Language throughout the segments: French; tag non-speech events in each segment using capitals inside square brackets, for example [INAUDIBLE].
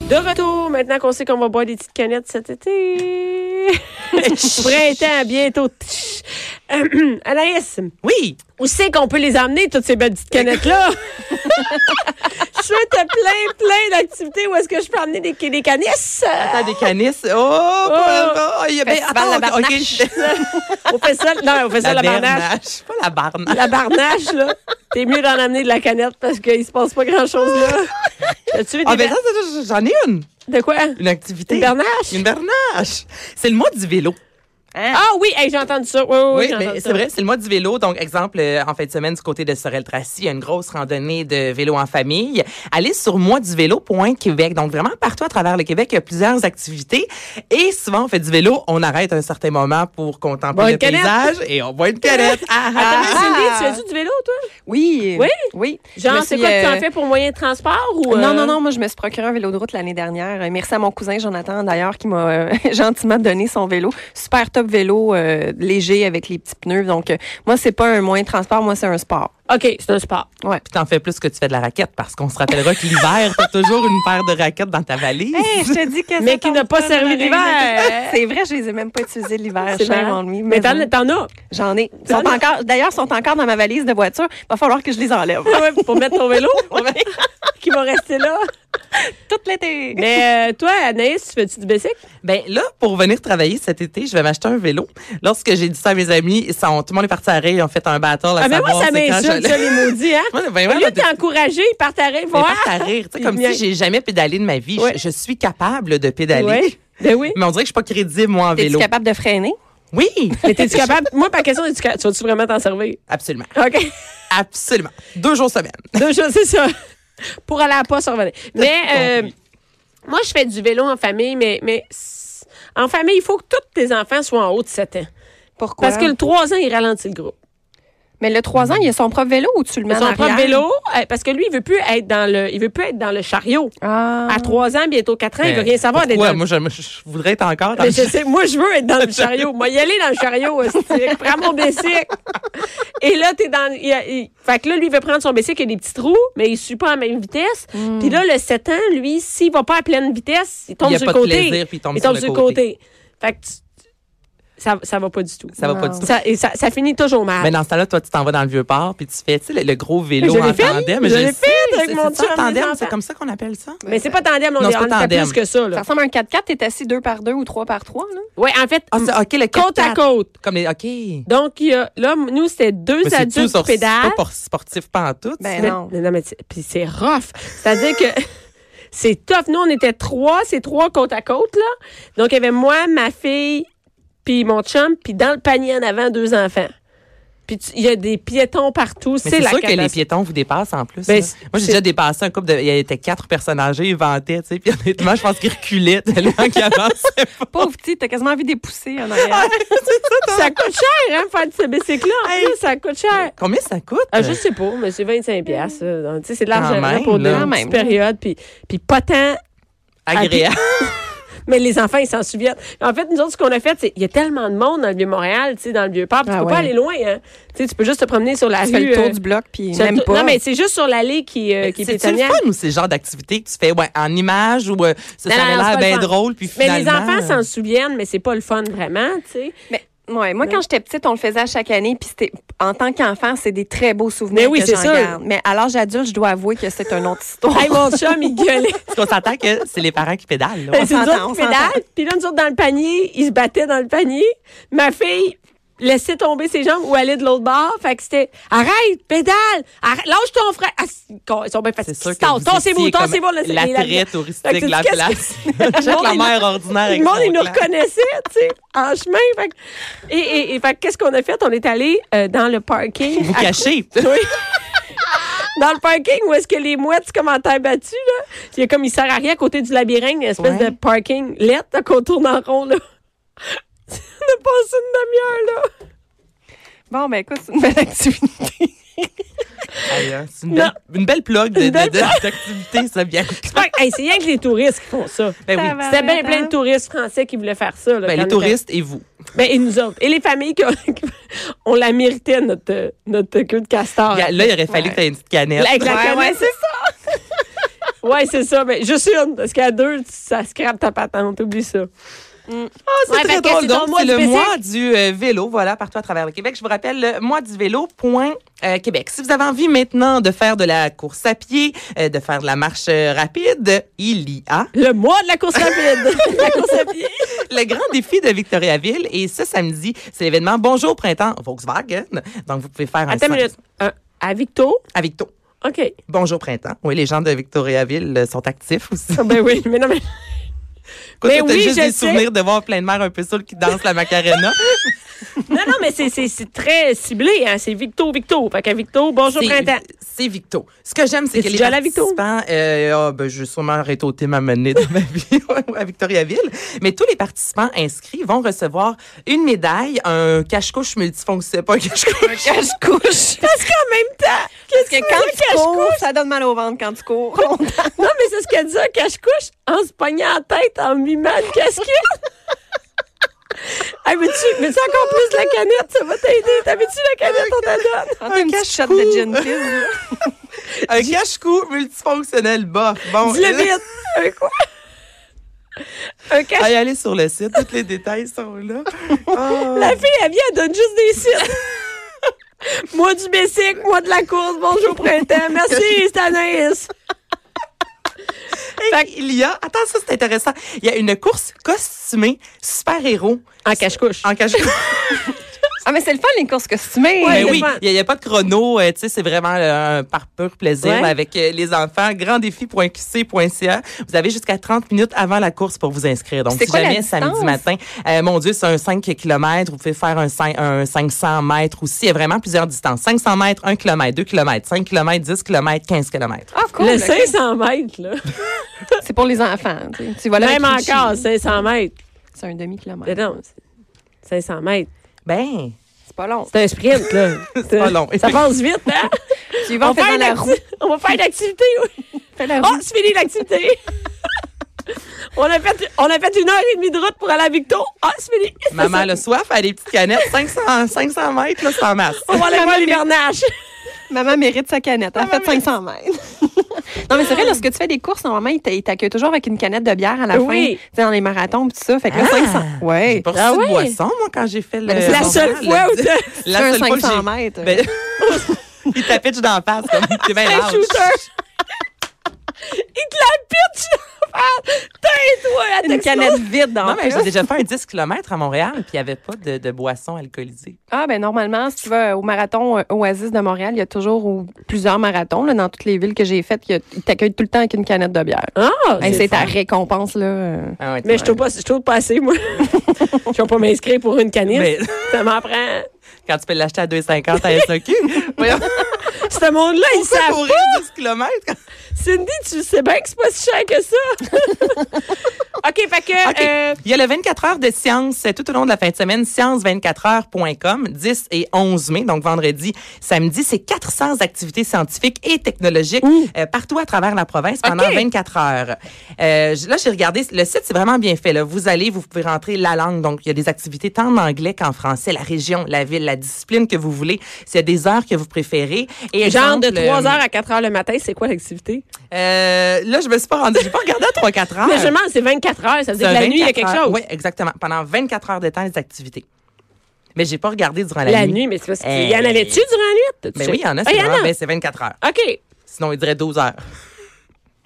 De retour, maintenant qu'on sait qu'on va boire des petites canettes cet [LAUGHS] été. Printemps, bientôt. Hum, [CLEARS THROAT] Anaïs, Oui. où c'est qu'on peut les emmener, toutes ces belles petites [LAUGHS] canettes-là? je fais plein, plein d'activités où est-ce que je peux emmener des, des canisses T'as des canisses. Oh, pas- pas- il y a ben, Festival attends, de Barnache. [LAUGHS] ok, au festival. Non, au je- La festival de la barnache. barnache. Pas la barnache. La barnache, là. T'es mieux d'en amener de la canette parce qu'il se passe pas grand-chose, là. As-tu vu des Ah, ben, ber- ça, ça, ça, j'en ai une. De quoi? Une activité. Une barnache? Une barnache. C'est le mois du vélo. Hein? Ah oui, hey, j'ai entendu ça. Oui, oui, oui, Oui, j'ai entendu mais ça. c'est vrai, c'est le mois du vélo. Donc, exemple, euh, en fin de semaine, du côté de Sorel-Tracy, il y a une grosse randonnée de vélo en famille. Allez sur moisduvélo.québec. Donc, vraiment, partout à travers le Québec, il y a plusieurs activités. Et souvent, on fait du vélo, on arrête à un certain moment pour contempler Boire une le canette. paysage et on boit [LAUGHS] une canette. Ah, ah. Attends, Ah! Cindy, tu fais-tu du vélo, toi? Oui. Oui? Oui. Je Genre, me c'est suis, quoi que tu euh, en fais pour moyen de transport ou. euh, Non, non, non, moi, je me suis procuré un vélo de route l'année dernière. Euh, Merci à mon cousin Jonathan, d'ailleurs, qui m'a euh, [LAUGHS] gentiment donné son vélo. Super top vélo, euh, léger avec les petits pneus. Donc, euh, moi, c'est pas un moyen de transport, moi, c'est un sport. OK, c'est un sport. Ouais. Puis t'en fais plus que tu fais de la raquette parce qu'on se rappellera que l'hiver, t'as toujours une paire de raquettes dans ta valise. Eh, je te dis que Mais qui n'a pas servi [LAUGHS] l'hiver. C'est vrai, je les ai même pas utilisés l'hiver. C'est shame marrant. on me, Mais mais t'en oui. t'en as J'en ai. Ils Sont T'en as- encore, d'ailleurs, ils sont encore dans ma valise de voiture. Va falloir que je les [LAUGHS] enlève. Ah Ouais, pour mettre ton [LAUGHS] vélo [LAUGHS] qui va rester là. Toute l'été. Mais euh, toi, Anaïs, tu fais-tu du bicycle? Ben là, pour venir travailler cet été, je vais m'acheter un vélo. Lorsque j'ai dit ça à mes amis, ils sont, tout le monde est parti à rire, ils ont fait un battle à Ah, mais savoir moi, ça c'est quand m'insulte, je- ça, les maudits, hein? Moi, ben, Au [LAUGHS] ouais, lieu de mais t'encourager, ils partent à rire, mais voir. partent à rire, tu sais, comme Bien. si j'ai jamais pédalé de ma vie. Je- Ouais. Je, suis capable de pédaler. Ouais. Ben oui. Mais on dirait que je suis pas crédible, moi, en Es-tu vélo. capable de freiner? Oui, Mais t'es-tu capable? Moi, par question, es-tu ca- tu vas-tu vraiment t'en servir? absolument. OK. [LAUGHS] Absolument. Deux jours semaine. Deux choses, c'est ça. Pour aller à pas sur revenir. [LAUGHS] Mais euh, compris. moi, je fais du vélo en famille, mais, mais s- en famille, il faut que tous tes enfants soient en haut de 7 ans. Pourquoi? Parce que le 3 ans, il ralentit le groupe. Mais le 3 ans, il a son propre vélo ou tu le mets en Son propre arrière? vélo, euh, parce que lui, il veut plus être dans le, il veut plus être dans le chariot. Ah. À 3 ans, bientôt 4 ans, il veut Ben, rien savoir d'être pourquoi? dans le- Moi, je, je voudrais être encore dans Mais le- je sais, moi, je veux être dans le chariot. Moi, y aller dans le chariot, hostie. prends mon bicycle. Et là, t'es dans. il y a- il- fait que là, lui, il veut prendre son bicycle, il y a des petits trous, mais il suit pas à la même vitesse. Hmm. Puis là, le 7 ans, lui, s'il va pas à pleine vitesse, il tombe Il y a sur pas le de côté. plaisir, puis il tombe sur le côté. Fait que tu- ça, ça va pas du tout. Ça va pas Non. du tout. Ça, et ça, ça finit toujours mal. Mais dans ce temps-là, toi, tu t'en vas dans le vieux port, puis tu fais tu sais, le, le gros vélo Ah. Je l'ai en fait. tandem. Je le l'ai sais, fait avec c'est- mon c'est ça, chum, tandem, mes enfants. c'est comme ça qu'on appelle ça. Mais c'est pas tandem, on, Non, est, c'est on pas était tandem. plus que ça. Ça Là. ressemble à un 4x4, t'es assis 2 par 2 ou 3 par 3 là? [LAUGHS] Ouais, en fait, Ah, c'est OK, le côte Mm. à 4x4. côte. Comme les OK. Mais Donc, il y a, là, nous, c'était deux c'est tout adultes sur- qui c'est pédalent. pas pour- sportif pas en tout. Ben Mais- non. mais mais c'est- puis c'est rough. C'est-à-dire que [LAUGHS] c'est tough. Nous, on était trois, c'est trois côte à côte, là. Donc, il y avait moi, ma fille, puis mon chum, puis dans le panier en avant, deux enfants. Puis tu- il y a des piétons partout. Mais C'est c'est la sûr que les catastrophe. piétons vous dépassent en plus. Ben, là. c'est- Moi, j'ai c'est- déjà dépassé un couple de. Il y avait quatre personnes âgées, ils vantaient, tu sais. Puis honnêtement, je pense qu'ils reculaient tellement qu'ils avançaient pas. Pauvre petit, t'as quasiment envie d'épousser en arrière. Ça coûte cher, hein, faire de ce bicycle-là. En plus, ça coûte cher. Combien ça coûte? euh, Ah, je sais pas, mais c'est 25 piastres. là. Donc, tu sais, C'est de l'argent Quand là, même, pour là. des Quand petites même. périodes. Puis, puis pas tant Agréable. Mais les enfants, ils s'en souviennent. En fait, nous autres, ce qu'on a fait, c'est qu'il y a tellement de monde dans le Vieux-Montréal, tu sais, dans le Vieux-Port, puis tu Ah peux ouais. pas aller loin. Hein. Tu sais, tu peux juste te promener sur la rue. tu fais le tour euh, du bloc puis sur le même tour- pas. Non, mais c'est juste sur l'allée qui, euh, qui est C'est-tu le pétanière. fun ou c'est le genre d'activité que tu fais ouais, en image ou euh, ça, Non, ça non, non, c'est avait l'air pas le bien fun. drôle? Puis Mais finalement, les enfants s'en euh, souviennent, mais c'est pas le fun vraiment, tu sais. Mais- ouais, moi quand j'étais petite, on le faisait à chaque année puis c'était en tant qu'enfant, c'est des très beaux souvenirs Mais oui, que c'est j'en sûr. garde. Mais à l'âge adulte, je dois avouer que c'est une autre histoire. Hey, mon chum, il gueulait. Parce qu'on s'entend que c'est les parents qui pédalent. là. Ben, c'est nous s'entend, autres on qui pédalent. Puis là, nous autres, dans le panier, ils se battaient dans le panier. Ma fille laissait tomber ses jambes ou allait de l'autre bord. Fait que c'était arrête, pédale, arrête, lâche ton frère. Ah, c'est- ils sont bien C'est fatigués. sûr que vous c'est vous étiez tassez comme vous là, c'est- et la- l'attrait Fait que touristique tu de dis, la qu'est-ce que- [LAUGHS] place. Check la mère ordinaire Tout avec le monde, son il nous clan. reconnaissait, tu sais, en chemin. Fait que- et, et, et fait que qu'est-ce qu'on a fait? On est allé euh, dans le parking. [LAUGHS] Vous à- cachez. [LAUGHS] Oui. Dans le parking où est-ce que les mouettes, c'est comme en terre battue, là. Il y a comme, il sert à rien à côté du labyrinthe, une espèce Ouais. de parking lettre là, qu'on tourne en rond, là. [LAUGHS] On a passé une demi-heure, là. [LAUGHS] Bon, ben écoute, c'est une belle activité. Aïe, hein, C'est une belle, une belle plug de- Une de- belle de- d'activité, ça bien. Fait que, hey, c'est rien que les touristes qui font ça. Ben oui. C'était bien plein de touristes français qui voulaient faire ça. Là, Ben, quand les on était- touristes et vous. Ben, et nous autres. Et les familles qui ont, [LAUGHS] on la méritait, notre, euh, notre queue de castor. Il y a- Là, il aurait fallu Ouais. que tu aies une petite canette. Ah, Avec la Ouais, canette. ouais, c'est [LAUGHS] Ouais, c'est ça. Mais juste une. Parce qu'à deux, ça scrape ta patente. Oublie ça. Ah, c'est Ouais, ben, très fait que drôle. c'est ton Donc, mois c'est le spécial. mois du euh, vélo, voilà, partout à travers le Québec. Je vous rappelle, le mois du vélo point, euh, Québec. Si vous avez envie maintenant de faire de la course à pied, euh, de faire de la marche euh, rapide, il y a Le mois de la course [LAUGHS] rapide. la course à pied. le grand défi de Victoriaville. Et ce samedi, c'est l'événement Bonjour Printemps Volkswagen. Donc, vous pouvez faire un Attends une centre- minute. Un- à Victo. à Victo. OK. Bonjour Printemps. Oui, les gens de Victoriaville euh, sont actifs aussi. Ah, ben oui. Mais non, mais. Écoute, Mais t'as oui, juste je des sais. souvenirs de voir plein de mères un peu saoules qui dansent la Macarena. [LAUGHS] Non, non, mais c'est- c'est c'est très ciblé. Hein? C'est Victo, Victo. Fait qu'à Victo, [LAUGHS] bonjour, C'est- printemps. C'est Victo. Ce que j'aime, c'est T'es que les déjà allé à Victo? participants... Euh, ah, ben, je vais sûrement rétauter ma monnaie dans ma [LAUGHS] vie à Victoriaville. Mais tous les participants inscrits vont recevoir une médaille, un cache-couche multifonctionnel. Pas [LAUGHS] un cache-couche. Cache-couche. [LAUGHS] Parce qu'en même temps, qu'est-ce [LAUGHS] Parce que quand quand tu cours, ça donne mal au ventre quand tu cours. [LAUGHS] Non, mais c'est ce qu'elle dit, cache-couche, en se pognant la tête, en mimant une casquette. Ah, mais tu mets-tu encore plus la canette? Ça va t'aider. T'avais-tu la canette, on t'a donne? Quand t'as une Un petite shot cache-cou. de gin fizz. un cache-cou multifonctionnel. Bof. Bon. euh, Dis-le vite. Un quoi? Un [LAUGHS] cache Allez, allez sur le site. Tous les détails sont là. Ah. La fille, elle vient, elle donne juste des sites. moi du Bessic, moi de la course, bonjour printemps. Merci, c'est Anaïs. Fait qu'il y a... Attends, ça, c'est intéressant. Il y a une course costumée super-héros En cache-couche. en cache-couche. Ah, mais c'est le fun, les courses costumées. Ah, Ouais, Mais le oui, fun. il n'y a, pas de chrono, euh, tu sais, c'est vraiment euh, un par pur plaisir Ouais. là, avec euh, les enfants. Granddéfi.qc.ca. Vous avez jusqu'à 30 minutes avant la course pour vous inscrire. Donc, C'est si quoi la jamais samedi distance? matin, euh, mon Dieu, c'est un 5 km, vous pouvez faire un, cin- un 500 mètres aussi. Il y a vraiment plusieurs distances. 500 mètres, 1 km, 2 km, 5 km, 10 km, 15 km. Ah, cool. le ok. 500 mètres, là. C'est pour les enfants. tu sais. Tu vas là Même avec Richie. encore, 500 mètres. C'est un Mais demi-kilomètre. non, c'est 500 mètres. Ben, C'est pas long. C'est un sprint, là. c'est pas long. Ça passe vite, hein? Tu y vas en faisant une la Ah! acti- [LAUGHS] roue. on va faire une activité, oui. Fais la Oh, roue. c'est fini l'activité. [LAUGHS] on, a fait, on a fait une heure et demie de route pour aller à Victo. Ah, c'est fini. maman a soif, elle a des petites canettes. 500, 500 mètres, là, c'est en masse. On va aller voir l'hivernage. [LAUGHS] Maman mérite sa canette. Elle a fait 500 [LAUGHS] mètres. non, mais c'est vrai, lorsque tu fais des courses, normalement, ils t'a- ils t'accueillent toujours avec une canette de bière à la Oui. fin. Tu sais, dans les marathons pis tout ça. Fait que là, Ah. 500. J'ai Ouais. pas reçu Ah de ouais? boisson, moi, quand j'ai fait le. Ben, c'est La mon seule plan, fois le- où t'as- La C'est un seule fois que 500 j'ai- mètres. Ben, [LAUGHS] il t'a pitché dans la face, comme t'es bien large. Il te la pitch Tais-toi, elle Une t'explose. canette vide dans Non, mais plus. j'ai déjà fait un 10 km à Montréal, puis il n'y avait pas de, de boisson alcoolisée. Ah, ben normalement, si tu vas au marathon euh, Oasis de Montréal, il y a toujours ou plusieurs marathons. Là, dans toutes les villes que j'ai faites, il y a- ils t'accueillent tout le temps avec une canette de bière. Ah, Hey, c'est- c'est ta récompense, là. euh. Ah ouais, mais je tu trouve pas, je trouve pas assez, [LAUGHS] moi. Je vais pas m'inscrire pour une canisse. Mais- Ça m'en prend. vois, Quand tu peux l'acheter à 2,50 à [LAUGHS] SOQ. E Voyons, Ce monde-là, ils pourquoi savent courir 10 km? Cindy, tu sais bien que c'est pas si cher que ça. [LAUGHS] OK, fait que. euh, Il y a le 24 heures de science euh, tout au long de la fin de semaine, science24heures.com, 10 et 11 mai, donc vendredi, samedi. C'est 400 activités scientifiques et technologiques euh, partout à travers la province pendant OK. 24 heures. Euh, j- là, j'ai regardé, le site, c'est vraiment bien fait. Là. Vous allez, vous pouvez rentrer la langue. Donc, il y a des activités tant en anglais qu'en français, la région, la ville, la discipline que vous voulez. S'il y a des heures que vous préférez. Et genre exemple, de 3 euh, h à 4 h le matin, c'est quoi l'activité? euh, là, je me suis pas rendue, j'ai pas regardé à 3-4 [LAUGHS] heures. Mais je me demande, c'est 24 heures. Ça veut dire que C'est la nuit, il y a 24 quelque heures. chose. Oui, exactement. Pendant 24 heures de temps, les activités. Mais j'ai pas regardé durant la, La nuit. nuit, mais c'est parce qu'il Hey. y en avait-tu durant la nuit? T'as-tu Mais checké? oui, il y en a, Ah, c'est en vraiment- ben, c'est 24 heures. OK. Sinon, il dirait 12 heures.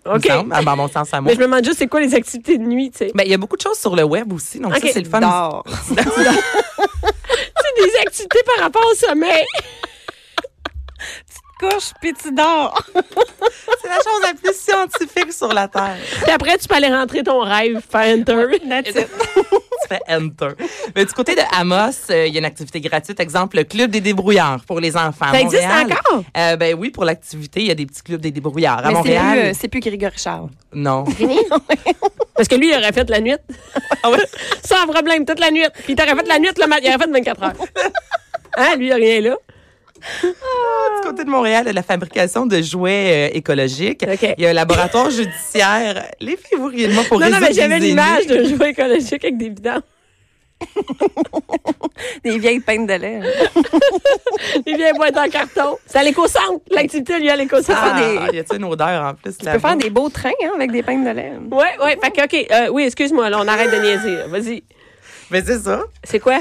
il me OK. semble, à mon sens, à moi. Mais je me demande juste, c'est quoi les activités de nuit, tu sais? Ben, il y a beaucoup de choses sur le web aussi, donc Ok. ça, c'est le fun. Dors. C'est des activités par rapport au sommeil. Couche, puis tu dors. C'est la chose la plus scientifique sur la Terre. Puis après, tu peux aller rentrer ton rêve, faire enter. That's it. tu fais enter. Mais du côté de Amos, euh, il y a une activité gratuite, exemple le club des débrouillards pour les enfants. à Ça existe Montréal. encore? Euh, ben oui, pour l'activité, il y a des petits clubs des débrouillards à Mais c'est plus, Montréal. euh, c'est plus Grégory Charles. euh, Non. Parce que lui, il aurait fait la nuit. Ah ouais? [LAUGHS] Sans problème, toute la nuit. Puis il t'aurait fait la nuit, le matin. Il aurait fait 24 heures. Hein, lui, il a rien là. Du côté de Montréal, il y a de la fabrication de jouets euh, écologiques. OK. Il y a un laboratoire judiciaire. Les filles, vous riez de moi pour Non, non, résoudre mais j'avais les l'image énigmes. d'un jouet écologique avec des bidons. Des vieilles peintes de lait. hein. Les vieilles boîtes en carton. C'est à l'éco-centre. L'activité, lui, à l'éco-centre. Ah, des- Il y a une odeur en plus Tu peux faire des beaux trains hein, avec des peintes de lait. Oui, oui. Fait que, OK. euh, oui, excuse-moi, là, on arrête de niaiser. là. Vas-y. Mais c'est ça. C'est quoi?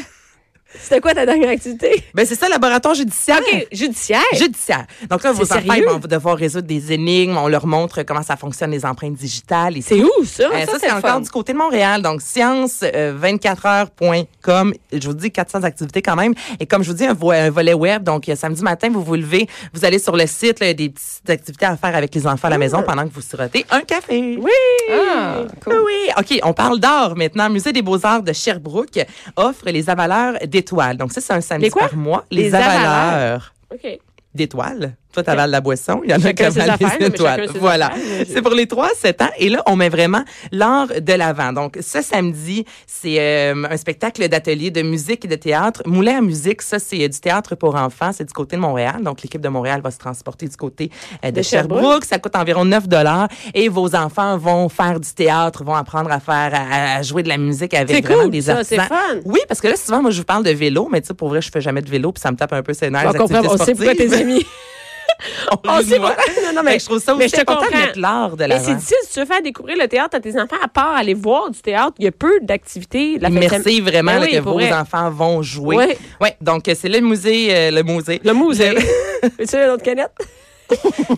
C'était quoi ta dernière activité? Ben c'est ça, laboratoire judiciaire. OK, judiciaire. Judiciaire. Donc là, vos C'est enfants ils sérieux? vont devoir résoudre des énigmes. On leur montre comment ça fonctionne, les empreintes digitales. Et C'est où, Ah, ça? Euh, ça, c'est le encore fun. du côté de Montréal. Donc, euh, science24heures.com. je vous dis 400 activités quand même. Et comme je vous dis, un, vo- un volet web. Donc, euh, samedi matin, vous vous levez, vous allez sur le site, là, il y a des petites activités à faire avec les enfants à la maison pendant que vous sirotez un café. Oui! Ah, cool. Oui, OK, on parle d'art maintenant. Musée des Beaux-Arts de Sherbrooke offre les avaleurs d'étoiles. Donc, ça, c'est un samedi Les quoi? par mois. Les avaleurs. OK. d'étoiles. Toi, t'avales la boisson. Il y en a qui Chacun ses avalent affaires, mais les étoiles. chacun ses Voilà. affaires, mais- C'est pour les 3-7 ans. Et là, on met vraiment l'art de l'avant. Donc, ce samedi, c'est euh, un spectacle d'atelier de musique et de théâtre. Moulin à musique, ça, c'est euh, du théâtre pour enfants. C'est du côté de Montréal. Donc, l'équipe de Montréal va se transporter du côté euh, de, De Sherbrooke. Sherbrooke. Ça coûte environ 9 Et vos enfants vont faire du théâtre, vont apprendre à faire, à, à jouer de la musique C'est avec vraiment cool, des ça, artisans. c'est fun. Oui, parce que là, souvent, moi, je vous parle de vélo, mais tu sais, pour vrai, je fais jamais de vélo, puis ça me tape un peu ses nerfs. On Ah, les comprend, activités on sait pourquoi sportives. tes [LAUGHS] amis. On le sait voit. pourquoi. [LAUGHS] Non, non, Fait que Ben, je trouve ça Ah, mais aussi je te important de comprends. mettre l'art de Mais c'est l'avant. difficile, si tu veux faire découvrir le théâtre à tes enfants, à part aller voir du théâtre, il y a peu d'activités. La fête- Merci vraiment Ben là, oui, que pour vos vrai. enfants vont jouer. Ouais. Ouais, donc euh, c'est le musée, euh, le [LAUGHS] musée. Le musée. [LAUGHS] Veux-tu une autre canette?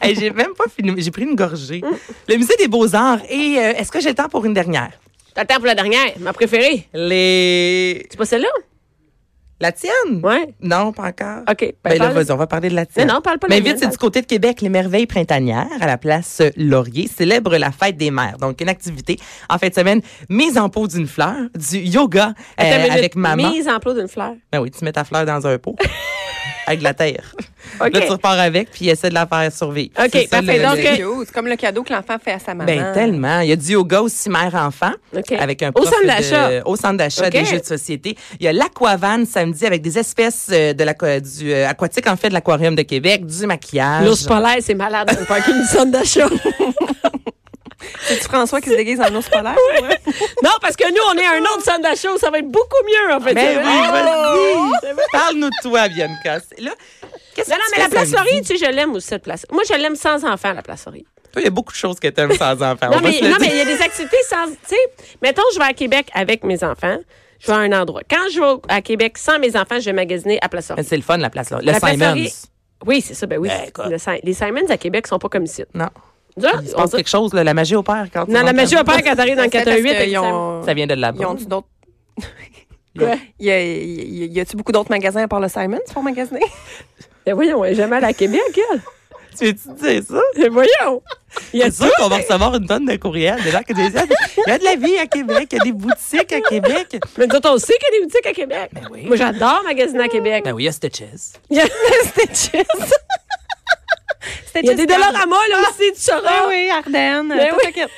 Hey, j'ai même pas fini, j'ai pris une gorgée. Mm. le musée des beaux arts. Et euh, est-ce que j'ai le temps pour une dernière T'attends pour la dernière, ma préférée. Les, C'est pas celle-là? la tienne Ouais. Non, pas encore. OK. Ben, là, parle- vas-y, on va parler de la tienne. Mais non, parle pas de Mais la vite, mienne, c'est parle- du côté de Québec, les merveilles printanières à la place euh, Laurier célèbrent la fête des mères. Donc, une activité en fin de semaine, mise en pot d'une fleur, du yoga euh, Attends une minute. avec maman. Mise en plot d'une fleur. Ben oui, tu mets ta fleur dans [LAUGHS] un pot avec de la terre. OK. Là, tu repars avec, puis essaie de la faire survivre. OK, C'est ça, parfait. le- Donc, le- euh, C'est cute. C'est comme le cadeau que l'enfant fait à sa maman. ben tellement. Il y a du yoga aussi mère-enfant OK. avec un Au prof centre de- d'achat. au centre d'achat OK. des jeux de société. Il y a l'aquavane samedi avec des espèces euh, de l'aqua- du euh, aquatique en fait de l'aquarium de Québec, du maquillage. L'ours polaire, c'est malade dans le [LAUGHS] parking du centre d'achat. C'est François qui se déguise en ours Ah polaire. ouais? non, parce que nous, on est à un autre centre d'achat où ça va être beaucoup mieux, en fait. Ben C'est oui, vrai. vas-y. Parle-nous de toi, Bianca. Là, Oh! qu'est-ce Non, non, que tu mais la fais place samedi? Laurier, tu sais, je l'aime aussi, cette place. Moi, je l'aime sans enfant, la place Laurier. Toi, il y a beaucoup de choses que t'aimes sans enfant. Non, on va mais se le non, dire. mais il y a des activités sans. Tu sais, mettons, je vais à Québec avec mes enfants. Je vais à un endroit. Quand je vais à Québec sans mes enfants, je vais magasiner à Place Mais Laurier. c'est le fun, la place Laurier. Le La place Laurier. Simons. Oui, c'est ça. Ben oui. Ben, quoi. Le Si- les Simons à Québec sont pas comme ici. Non. Nous autres, Il se on passe quelque chose, là, la magie opère quand tu Non, la rentres magie en- opère quand t'arrives dans le [LAUGHS] C'est parce 418 avec qu'ils les Simons. ont- Ça vient de Ils là-bas. ont-tu d'autres. Quoi? Y a- y a- y a-tu beaucoup d'autres magasins à part le Simons pour [LAUGHS] magasiner? Ben voyons, elle est jamais allée à Québec, elle. Tu veux-tu dire ça? Ben voyons. Il y a C'est sûr qu'on va recevoir une tonne de courriels de gens qui disent Ah, il y a de la vie à Québec, il y a des boutiques à Québec. Mais nous autres, on sait qu'il y a des boutiques à Québec. Ben oui. Moi, j'adore magasiner à Québec. Ben oui, il y a Stitches. [LAUGHS] Il y a, Stitches. il y a des dollars à moi, là aussi, tu Ah sauras. oui, Ardennes. Ben tout oui. t'inquiète.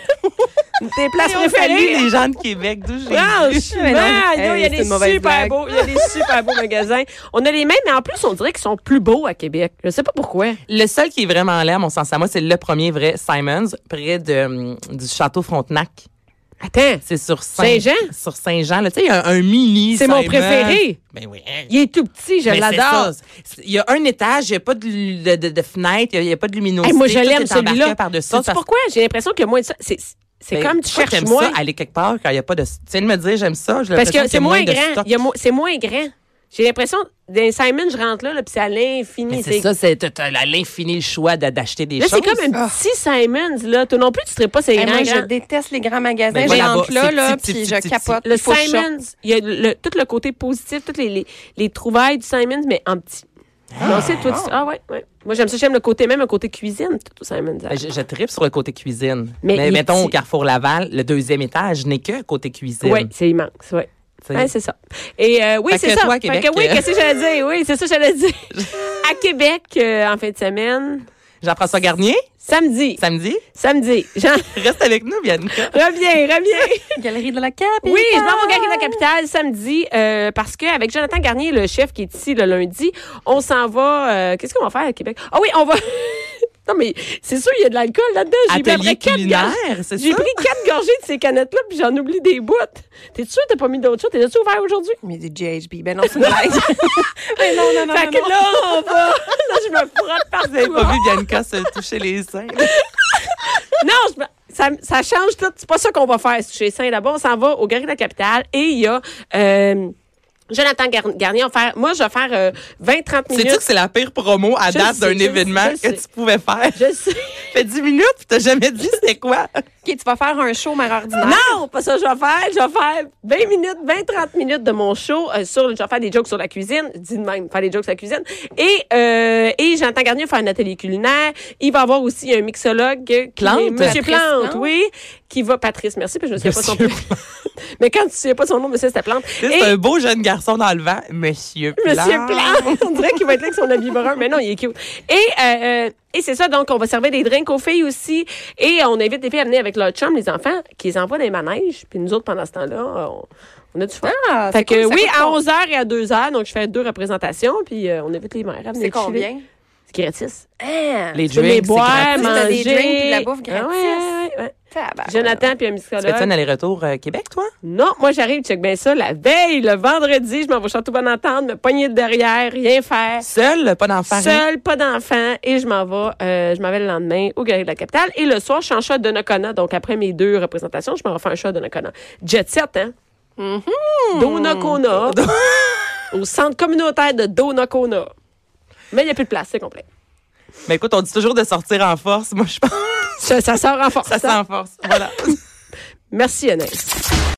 Tes places On salue préférées. les gens de Québec, d'où j'ai Franchement, Mais non, Ah, non, il y a hey, c'est des une mauvaise super blague. beaux, il y a des super beaux magasins. On a les mêmes, mais en plus, on dirait qu'ils sont plus beaux à Québec. Je sais pas pourquoi. Le seul qui est vraiment en l'air, mon sens à moi, c'est le premier vrai Simons, près de, hum, du château Frontenac. Attends, C'est sur Saint- Saint-Jean? Sur Saint-Jean, là. Tu sais, il y a un, un mini. C'est mon Simons. préféré. Ben oui. il est tout petit, je Mais c'est l'adore. ça. C'est- Il y a un étage, il n'y a pas de, lu- de, de- de fenêtre, il n'y a, pas de luminosité. Hey, moi, je Tout l'aime est embarqué celui-là. par-dessus. Sais-tu Parce- pourquoi? J'ai l'impression qu'il y a moins de ça. C'est- C'est Ben, comme tu pourquoi cherches t'aimes moins. ça, aller quelque part quand il n'y a pas de. Tu viens de me dire, j'aime ça. j'ai Parce l'impression que qu'il y c'est a moins de grand. stock. Il y a mo- C'est moins grand. J'ai l'impression, d'un Simon, je rentre là, là puis c'est à Mais l'infini. c'est ça, c'est t'as- t'as à l'infini le choix d'a- d'acheter des Là, c'est choses. comme un petit Ah. Simons, là. Toi non plus, tu serais pas ces Hey, grands. moi, je grands. déteste les grands magasins. Ben, J'ai voilà, entre c'est là, petit, là, petit, puis petit, je petit. capote. Le Il faut que je sorte. Simons, il y a le- tout le côté positif, toutes les, les, les trouvailles du Simons, mais en petit. non, c'est toi. tu- Ah ouais, ouais. Moi, j'aime ça. J'aime le côté même, le côté cuisine, tout au Simons. hein. Ben, Je, je tripe sur le côté cuisine. Mais Mais, il est mettons, au petit. Carrefour Laval, le deuxième étage n'est que côté cuisine. Oui, c'est immense, oui. T'sais. c'est ça. Et euh, oui, Fait c'est que ça. toi, à Fait Québec, que oui, euh, qu'est-ce que j'allais dire? Oui, c'est ça que j'allais [LAUGHS] dire. à Québec, euh, en fin de semaine, Jean-François Garnier, samedi. samedi, Samedi. Jean, reste avec nous, Bianca. reviens, reviens. Galerie de la Capitale. Oui, je m'en vais au Galerie de la Capitale samedi euh, parce qu'avec Jonathan Garnier, le chef qui est ici le lundi, on s'en va. [LAUGHS] euh, Qu'est-ce qu'on va faire à Québec? Ah oui, on va. Non, mais c'est sûr, il y a de l'alcool là-dedans. J'ai pris après Atelier quatre culinaire, gorgées- c'est J'ai ça? pris quatre gorgées de ces canettes-là, puis j'en oublie des bouts. T'es-tu sûr que t'as pas mis d'autres choses? T'es-tu ouvert aujourd'hui? Mais du GHB. Ben non, [LAUGHS] c'est une blague. Mais non, non, non. Fait que là, on va. Là, je me frotte partout. Vous avez pas vu Bianca se toucher les seins? Non, je me- ça, ça change tout. C'est pas ça qu'on va faire chez Saint. Là-bas, on s'en va au Gary de la Capitale et il y a. euh, Jonathan Gar- Garnier, on va faire, moi, je vais faire 20-30 Sais-tu minutes. que c'est la pire promo à Je date sais, d'un je événement sais, je que sais. tu pouvais faire? Je sais. fait 10 minutes, puis t'as jamais dit c'était quoi? OK, tu vas faire un show mère ordinaire. Non, pas ça, que je vais faire. Je vais faire 20 minutes, 20-30 minutes de mon show. euh, sur, je vais faire des jokes sur la cuisine. Dis de même, faire des jokes sur la cuisine. Et, euh, et Jonathan Garnier va faire un atelier culinaire. Il va y avoir aussi un mixologue. qui Plante. est Monsieur Patrice Plante, Plante. oui. Qui va, Patrice, merci, parce que je ne sais pas son Monsieur nom. [LAUGHS] mais quand tu ne sais pas son nom, mais c'est ta plante. C'est Et- un beau jeune garçon dans le vent, Monsieur Plan. Monsieur Plan, [LAUGHS] on dirait qu'il va être là avec son habit brun, mais non, il est cute. Et, euh, euh, et c'est ça, donc on va servir des drinks aux filles aussi. Et on invite les filles à venir avec leurs chums, les enfants, qui les envoient dans les manèges. Puis nous autres, pendant ce temps-là, on, on a du fun. Ah, fait c'est que cool, ça oui, coûte à com- 11h et à 2h, donc je fais deux représentations, puis euh, on invite les mères à venir C'est chiller. combien? C'est gratis. Ah, Les Tu peux venir drinks, c'est boire, gratuit. T'as manger. des drinks puis de la bouffe Ah ouais, gratis. Ah ouais, ouais. tabarnak. Jonathan puis un Tu fais ça un psychologue. aller-retour euh, Québec, toi? Non, moi j'arrive, check bien ça, la veille, le vendredi, je m'en vais au Château Bonne Entente, me pogner de derrière, rien faire. Seul, pas d'enfant. rien? Seule, pas d'enfant, et je m'en vais, euh, je m'en vais le lendemain au Galerie de la Capitale. Et le soir, je suis en show à Donnacona. Donc, après mes deux représentations, je m'en vais faire un show à Donnacona. Jet set, hein? Mm-hmm. [LAUGHS] Donnacona. au centre communautaire de Donnacona. Mais il n'y a plus de place, c'est complet. Mais écoute, on dit toujours de sortir en force. Moi, je pense que Ça, ça sort en force. ça hein? sent en force. Voilà. Merci, Anaïs.